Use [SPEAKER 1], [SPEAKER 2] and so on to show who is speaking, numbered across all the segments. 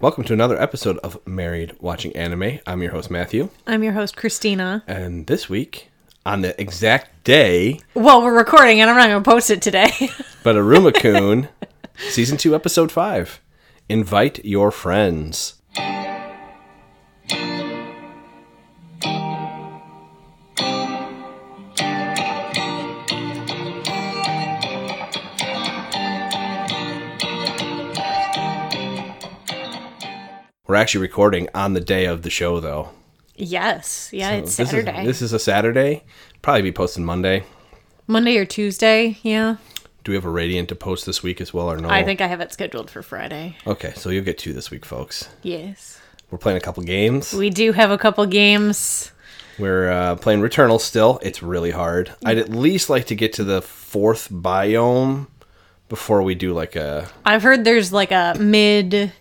[SPEAKER 1] Welcome to another episode of Married Watching Anime. I'm your host, Matthew.
[SPEAKER 2] I'm your host, Christina.
[SPEAKER 1] And this week, on the exact day,
[SPEAKER 2] Well, we're recording and I'm not going to post it today.
[SPEAKER 1] but Aruma Kun, Season 2, Episode 5 Invite Your Friends. We're actually recording on the day of the show, though.
[SPEAKER 2] yes. Yeah, it's
[SPEAKER 1] This is-
[SPEAKER 2] Saturday.
[SPEAKER 1] This is, a Saturday. Probably be posted Monday.
[SPEAKER 2] Monday or Tuesday. Yeah.
[SPEAKER 1] Do we have a Radiant to post this week as well or no?
[SPEAKER 2] I think I have it scheduled for Friday.
[SPEAKER 1] Okay, so you'll get two this week, folks.
[SPEAKER 2] Yes.
[SPEAKER 1] We're playing a couple games.
[SPEAKER 2] We do have a couple games.
[SPEAKER 1] We're uh, playing Returnal still. It's really hard. I'd at least like to get to the fourth biome before we do like a.
[SPEAKER 2] I've heard there's like a mid,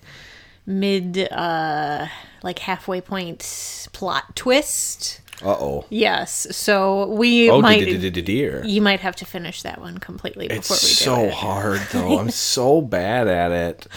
[SPEAKER 2] mid, uh, like halfway point plot twist.
[SPEAKER 1] Uh oh.
[SPEAKER 2] Yes. So we
[SPEAKER 1] Oh,
[SPEAKER 2] might.
[SPEAKER 1] dear.
[SPEAKER 2] You might have to finish that one completely before
[SPEAKER 1] It's
[SPEAKER 2] we do
[SPEAKER 1] so
[SPEAKER 2] it.
[SPEAKER 1] hard though. I'm so bad at it.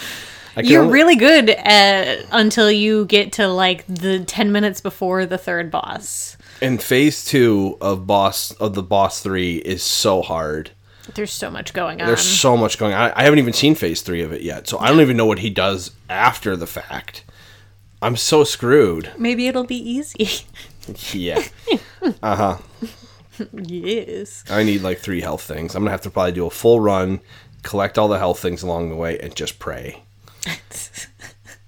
[SPEAKER 1] I can
[SPEAKER 2] You're
[SPEAKER 1] only-
[SPEAKER 2] really good at until you get to like the 10 minutes before the third boss.
[SPEAKER 1] and phase two of boss of the boss three is so hard.
[SPEAKER 2] There's so much going on.
[SPEAKER 1] There's so much going on. I haven't even seen phase three of it yet, so I don't even know what he does after the fact. I'm so screwed.
[SPEAKER 2] Maybe it'll be easy.
[SPEAKER 1] Yeah.
[SPEAKER 2] yes.
[SPEAKER 1] I need like three health things. I'm going to have to probably do a full run, collect all the health things along the way, and just pray.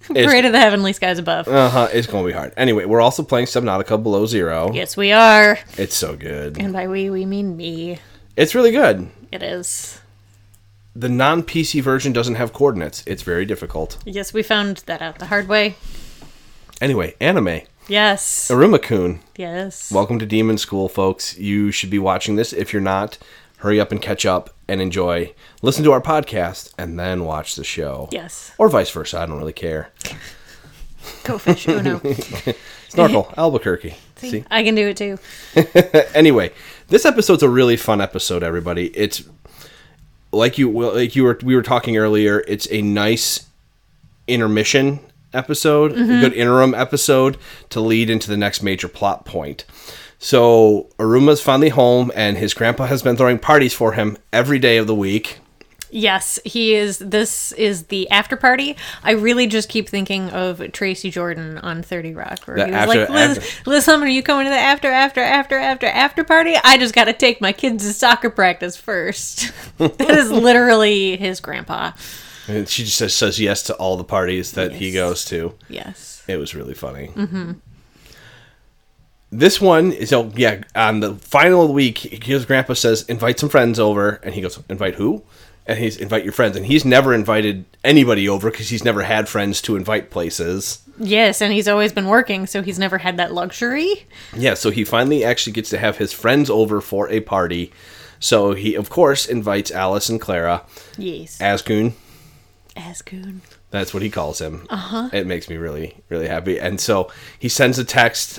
[SPEAKER 2] Parade of the heavenly skies above.
[SPEAKER 1] Uh huh. It's going to be hard. Anyway, we're also playing Subnautica Below Zero.
[SPEAKER 2] yes, we are.
[SPEAKER 1] It's so good.
[SPEAKER 2] And by we, we mean me.
[SPEAKER 1] It's really good.
[SPEAKER 2] It is.
[SPEAKER 1] The non PC version doesn't have coordinates, it's very difficult.
[SPEAKER 2] Yes, we found that out the hard way.
[SPEAKER 1] Anyway, anime.
[SPEAKER 2] Yes.
[SPEAKER 1] Aruma Kun.
[SPEAKER 2] Yes.
[SPEAKER 1] Welcome to Demon School, folks. You should be watching this. If you're not, hurry up and catch up and enjoy. Listen to our podcast and then watch the show.
[SPEAKER 2] yes.
[SPEAKER 1] Or vice versa. I don't really care.
[SPEAKER 2] Go fish. Uno.
[SPEAKER 1] Snorkel, Albuquerque. See?
[SPEAKER 2] I can do it too.
[SPEAKER 1] Anyway, this episode's a really fun episode, everybody. It's like you well, like you were we were talking earlier, it's a nice intermission episode, a good interim episode to lead into the next major plot point. So Aruma's finally home, and his grandpa has been throwing parties for him every day of the week.
[SPEAKER 2] Yes, he is. This is the after party. I really just keep thinking of Tracy Jordan on 30 Rock, where
[SPEAKER 1] The
[SPEAKER 2] he was
[SPEAKER 1] after-
[SPEAKER 2] like, Liz,
[SPEAKER 1] after-
[SPEAKER 2] Liz Hummer, you coming to the after, after, after, after, after party? I just got to take my kids to soccer practice first. that is literally his grandpa.
[SPEAKER 1] And she just says, says yes to all the parties that he
[SPEAKER 2] Yes.
[SPEAKER 1] goes to.
[SPEAKER 2] Yes.
[SPEAKER 1] It was really funny. Mm-hmm. This one is oh yeah on the final week. His grandpa says invite some friends over, and he goes invite who? And he's invite your friends, and he's never invited anybody over because he's never had friends to invite places.
[SPEAKER 2] Yes, and he's always been working, so he's never had that luxury.
[SPEAKER 1] Yeah, so he finally actually gets to have his friends over for a party. So he of course invites Alice and Clara,
[SPEAKER 2] Yes.
[SPEAKER 1] Asgoon.
[SPEAKER 2] Asgoon.
[SPEAKER 1] That's what he calls him. Uh-huh. It makes me really, really happy. And so he sends a text,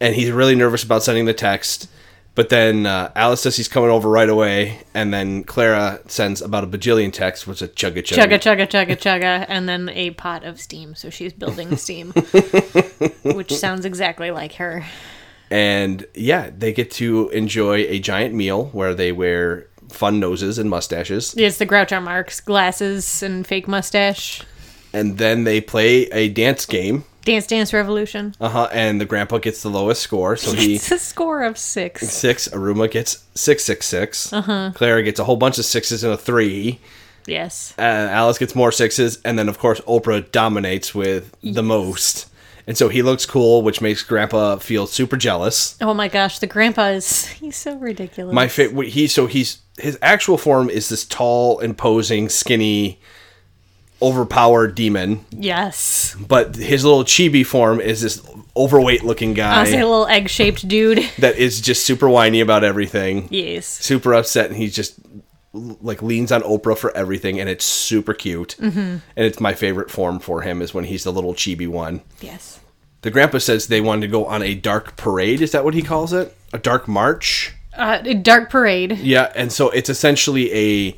[SPEAKER 1] and he's really nervous about sending the text. But then uh, Alice says he's coming over right away, and then Clara sends about a bajillion texts, which is a chugga
[SPEAKER 2] Chugga,
[SPEAKER 1] chugga.
[SPEAKER 2] chugga, chugga, chugga, and then a pot of steam, so she's building steam, which sounds exactly like her.
[SPEAKER 1] And yeah, they get to enjoy a giant meal where they wear fun noses and mustaches,
[SPEAKER 2] It's the Groucho Marx glasses and fake mustache.
[SPEAKER 1] and then they play a dance game.
[SPEAKER 2] Dance Dance Revolution.
[SPEAKER 1] Uh huh. And the grandpa gets the lowest score, so he
[SPEAKER 2] It's a score of six.
[SPEAKER 1] six. Aruma gets six six six. Uh-huh. Clara gets a whole bunch of sixes and a three.
[SPEAKER 2] Yes.
[SPEAKER 1] and Alice gets more sixes, and then of course Oprah dominates with the most. And so he looks cool, which makes Grandpa feel super jealous.
[SPEAKER 2] Oh my gosh, the grandpa is he's so ridiculous.
[SPEAKER 1] My favorite, he so he's his actual form is this tall, imposing, skinny, overpowered demon,
[SPEAKER 2] Yes.
[SPEAKER 1] but his little chibi form is this overweight-looking guy
[SPEAKER 2] Honestly, a little egg shaped dude.
[SPEAKER 1] that is just super whiny about everything,
[SPEAKER 2] Yes.
[SPEAKER 1] super upset, and he's just l- like leans on Oprah for everything, and it's super cute. Mm-hmm. And it's my favorite form for him is when he's the little chibi one.
[SPEAKER 2] Yes.
[SPEAKER 1] The grandpa says they wanted to go on a dark parade. Is that what he calls it? A dark march?
[SPEAKER 2] Uh, Dark Parade.
[SPEAKER 1] Yeah, and so it's essentially a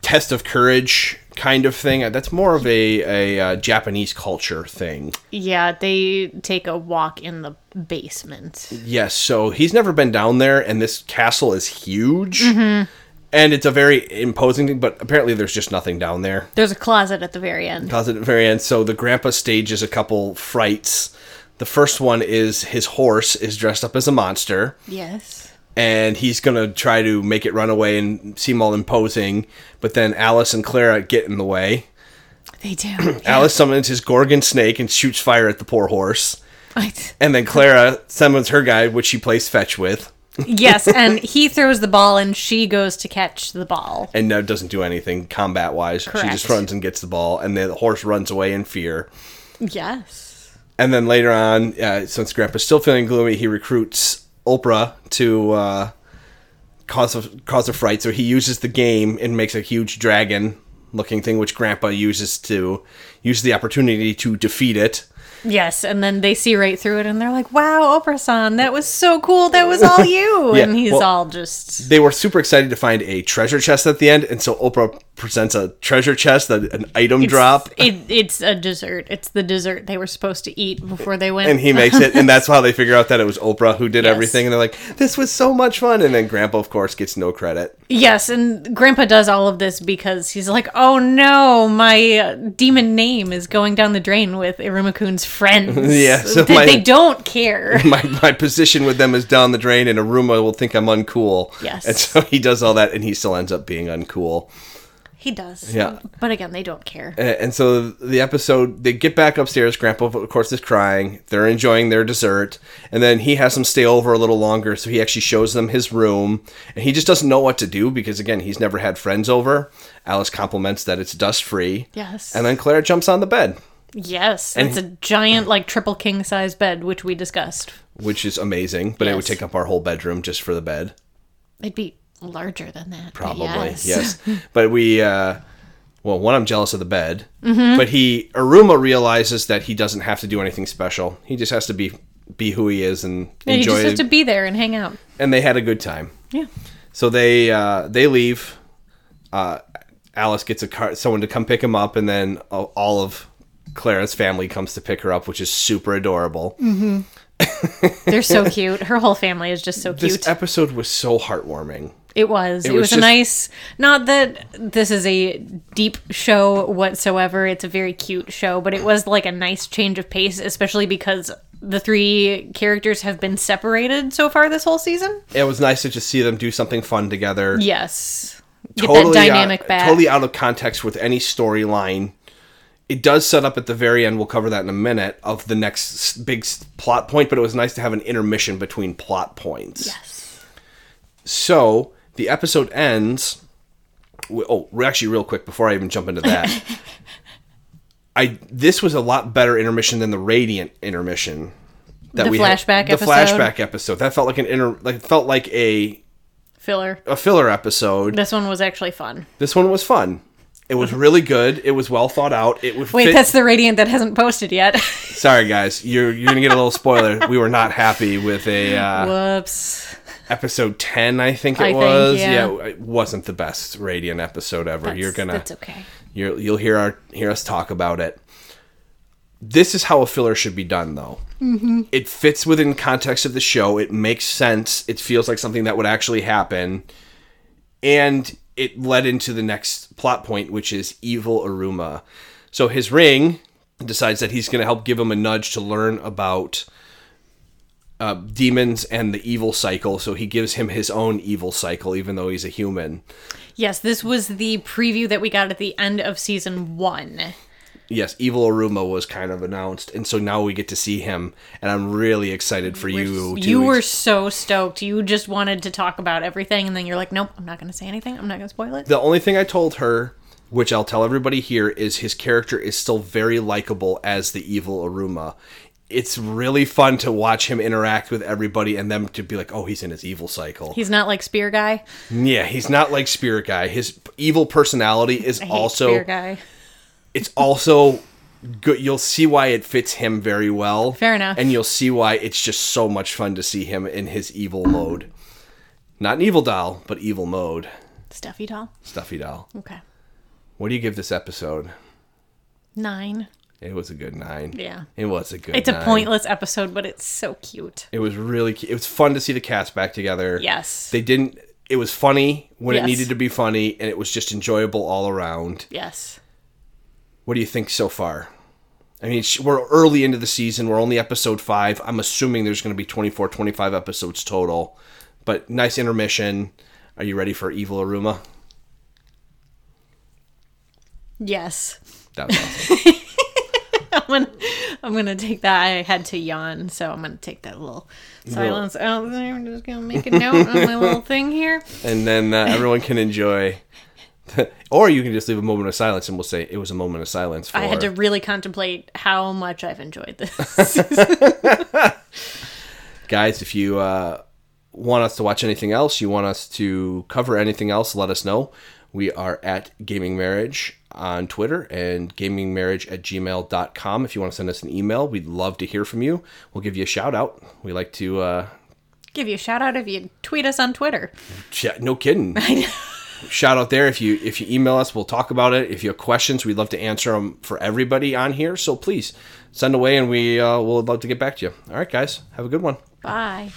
[SPEAKER 1] test of courage kind of thing. That's more of a, a uh, Japanese culture thing.
[SPEAKER 2] Yeah, they take a walk in the basement.
[SPEAKER 1] Yes, so he's never been down there, and this castle is huge. And it's a very imposing thing, but apparently there's just nothing down there.
[SPEAKER 2] There's a closet at the very end.
[SPEAKER 1] Positive very end. So the grandpa stages a couple frights. The first one is his horse is dressed up as a monster,
[SPEAKER 2] Yes.
[SPEAKER 1] and he's gonna try to make it run away and seem all imposing. But then Alice and Clara get in the way.
[SPEAKER 2] They do.
[SPEAKER 1] Alice summons his gorgon snake and shoots fire at the poor horse.
[SPEAKER 2] Right.
[SPEAKER 1] And then Clara summons her guy, which she plays fetch with,
[SPEAKER 2] yes, and he throws the ball and she goes to catch the ball.
[SPEAKER 1] and no, doesn't do anything combat wise. She just
[SPEAKER 2] Correct.
[SPEAKER 1] runs and gets the ball, and the horse runs away in fear.
[SPEAKER 2] Yes.
[SPEAKER 1] And then later on, uh, since Grandpa's still feeling gloomy, he recruits Oprah to uh, cause a, cause a fright. So he uses the game and makes a huge dragon looking thing, which Grandpa uses to use the opportunity to defeat it.
[SPEAKER 2] Yes, and then they see right through it and they're like, wow, Oprah san, that was so cool. That was all you.
[SPEAKER 1] Yeah,
[SPEAKER 2] and he's
[SPEAKER 1] well-
[SPEAKER 2] all just.
[SPEAKER 1] They were super excited to find a treasure chest at the end, and so Oprah presents a treasure chest, a, an item drop,
[SPEAKER 2] It, it's a dessert. It's the dessert they were supposed to eat before they went.
[SPEAKER 1] and he makes it, and that's how they figure out that it was Oprah who did
[SPEAKER 2] Yes.
[SPEAKER 1] everything. And they're like, "This was so much fun!" And then Grandpa, of course, gets no credit.
[SPEAKER 2] Yes, and Grandpa does all of this because he's like, "Oh no, my uh, demon name is going down the drain with Irumakun's friends.
[SPEAKER 1] Yeah, so
[SPEAKER 2] They-
[SPEAKER 1] my-
[SPEAKER 2] they don't care.
[SPEAKER 1] my, my position with them is down the drain and Aruma will think I'm uncool.
[SPEAKER 2] Yes.
[SPEAKER 1] And so he does all that and he still ends up being uncool.
[SPEAKER 2] he does.
[SPEAKER 1] Yeah.
[SPEAKER 2] but again, they don't care.
[SPEAKER 1] And, and so the episode, they get back upstairs. Grandpa, of course, is crying. They're enjoying their dessert. And then he has them stay over a little longer. So he actually shows them his room. And he just doesn't know what to do because, again, he's never had friends over. Alice compliments that it's dust free.
[SPEAKER 2] Yes.
[SPEAKER 1] And then Claire jumps on the bed,
[SPEAKER 2] Yes, it's a giant like triple king size bed, which we discussed.
[SPEAKER 1] which is amazing, but it would
[SPEAKER 2] Yes.
[SPEAKER 1] take up our whole bedroom just for the bed.
[SPEAKER 2] It'd be larger than that. but
[SPEAKER 1] probably yes, but we uh well one i'm jealous of the bed
[SPEAKER 2] Mm-hmm.
[SPEAKER 1] but he aruma realizes that he doesn't have to do anything special he just has to be be who he is and
[SPEAKER 2] And he
[SPEAKER 1] enjoy
[SPEAKER 2] just has
[SPEAKER 1] it
[SPEAKER 2] to be there and hang out.
[SPEAKER 1] and they had a good time
[SPEAKER 2] Yeah.
[SPEAKER 1] so they uh they leave uh alice gets a car someone to come pick him up and then a- all of clara's family comes to pick her up which is super adorable
[SPEAKER 2] Mm. They're so cute. Her whole family is just so cute.
[SPEAKER 1] this episode was so heartwarming
[SPEAKER 2] It was. It,
[SPEAKER 1] was
[SPEAKER 2] was,
[SPEAKER 1] just-
[SPEAKER 2] a nice. Not that this is a deep show whatsoever. It's a very cute show, but it was like a nice change of pace, especially because the three characters have been separated so far this whole season.
[SPEAKER 1] it was nice to just see them do something fun together
[SPEAKER 2] Yes. Get
[SPEAKER 1] totally
[SPEAKER 2] that dynamic
[SPEAKER 1] out,
[SPEAKER 2] back.
[SPEAKER 1] totally out of context with any storyline. It does set up at the very end. We'll cover that in a minute of the next s- big s- plot point, but it was nice to have an intermission between plot points.
[SPEAKER 2] Yes.
[SPEAKER 1] So the episode ends. wi- oh, we're actually, real quick before I even jump into that, I this was a lot better intermission than the Radiant intermission that
[SPEAKER 2] The
[SPEAKER 1] had-
[SPEAKER 2] flashback
[SPEAKER 1] the
[SPEAKER 2] episode?
[SPEAKER 1] flashback episode that felt like an inter like it felt like a
[SPEAKER 2] Filler.
[SPEAKER 1] a filler episode.
[SPEAKER 2] This one was actually fun.
[SPEAKER 1] This one was fun. It was really good. It was well thought out. It was
[SPEAKER 2] Uh-huh. Wait,
[SPEAKER 1] fit-
[SPEAKER 2] that's the radiant that hasn't posted yet.
[SPEAKER 1] sorry guys. You're you're gonna get a little spoiler. we were not happy with a uh,
[SPEAKER 2] Whoops.
[SPEAKER 1] episode ten. I think it
[SPEAKER 2] I think,
[SPEAKER 1] was.
[SPEAKER 2] yeah.
[SPEAKER 1] it wasn't the best Radiant episode ever. you're
[SPEAKER 2] That's-
[SPEAKER 1] gonna
[SPEAKER 2] That's okay.
[SPEAKER 1] you're, you'll hear our hear us talk about it. This is how a filler should be done, though. Mm-hmm. It fits within context of the show. It makes sense. It feels like something that would actually happen, and it led into the next plot point, which is evil Aruma. So his ring decides that he's going to help give him a nudge to learn about uh, demons and the evil cycle. So he gives him his own evil cycle, even though he's a human.
[SPEAKER 2] Yes, this was the preview that we got at the end of season one.
[SPEAKER 1] yes, Evil Aruma was kind of announced, and so now we get to see him, and I'm really excited for you. to
[SPEAKER 2] You were so stoked. You just wanted to talk about everything, and then you're like, nope, I'm not going to say anything. I'm not going to spoil it.
[SPEAKER 1] the only thing I told her, which I'll tell everybody here, is his character is still very likable as the Evil Aruma. It's really fun to watch him interact with everybody and them to be like, oh, he's in his evil cycle.
[SPEAKER 2] He's not like Spear Guy.
[SPEAKER 1] yeah, he's not like Spirit Guy. His evil personality is
[SPEAKER 2] I hate
[SPEAKER 1] also
[SPEAKER 2] Spear Guy.
[SPEAKER 1] it's also good you'll see why it fits him very well
[SPEAKER 2] Fair enough.
[SPEAKER 1] and you'll see why it's just so much fun to see him in his evil mode not an evil doll but evil mode
[SPEAKER 2] Stuffy doll.
[SPEAKER 1] stuffy doll
[SPEAKER 2] Okay.
[SPEAKER 1] What do you give this episode?
[SPEAKER 2] Nine.
[SPEAKER 1] It was a good nine.
[SPEAKER 2] Yeah.
[SPEAKER 1] It was a good.
[SPEAKER 2] It's a
[SPEAKER 1] nine.
[SPEAKER 2] pointless episode, but it's so cute.
[SPEAKER 1] It was really. cu- It was fun to see the cast back together.
[SPEAKER 2] Yes.
[SPEAKER 1] They didn't. It was funny when it
[SPEAKER 2] Yes.
[SPEAKER 1] needed to be funny, and it was just enjoyable all around.
[SPEAKER 2] Yes.
[SPEAKER 1] What do you think so far? I mean, sh- we're early into the season. We're only episode five. I'm assuming there's going to be 24, 25 episodes total. But nice intermission. Are you ready for Evil Aruma?
[SPEAKER 2] Yes.
[SPEAKER 1] That was awesome.
[SPEAKER 2] I'm gonna, I'm gonna take that. I had to yawn, so I'm gonna take that little silence out there. I'm just gonna make a note on my little thing here.
[SPEAKER 1] and then uh, everyone can enjoy. or you can just leave a moment of silence, and we'll say it was a moment of silence. For
[SPEAKER 2] I had to really contemplate how much I've enjoyed this.
[SPEAKER 1] guys if you uh, want us to watch anything else you want us to cover anything else let us know we are at gaming marriage on twitter and gaming marriage at gmail.com if you want to send us an email we'd love to hear from you we'll give you a shout out we like to uh,
[SPEAKER 2] Give you a shout out if you tweet us on Twitter.
[SPEAKER 1] sh- no kidding shout out there if you if you email us we'll talk about it if you have questions we'd love to answer them for everybody on here so please send away and we uh, will love to get back to you all right guys have a good one
[SPEAKER 2] Bye.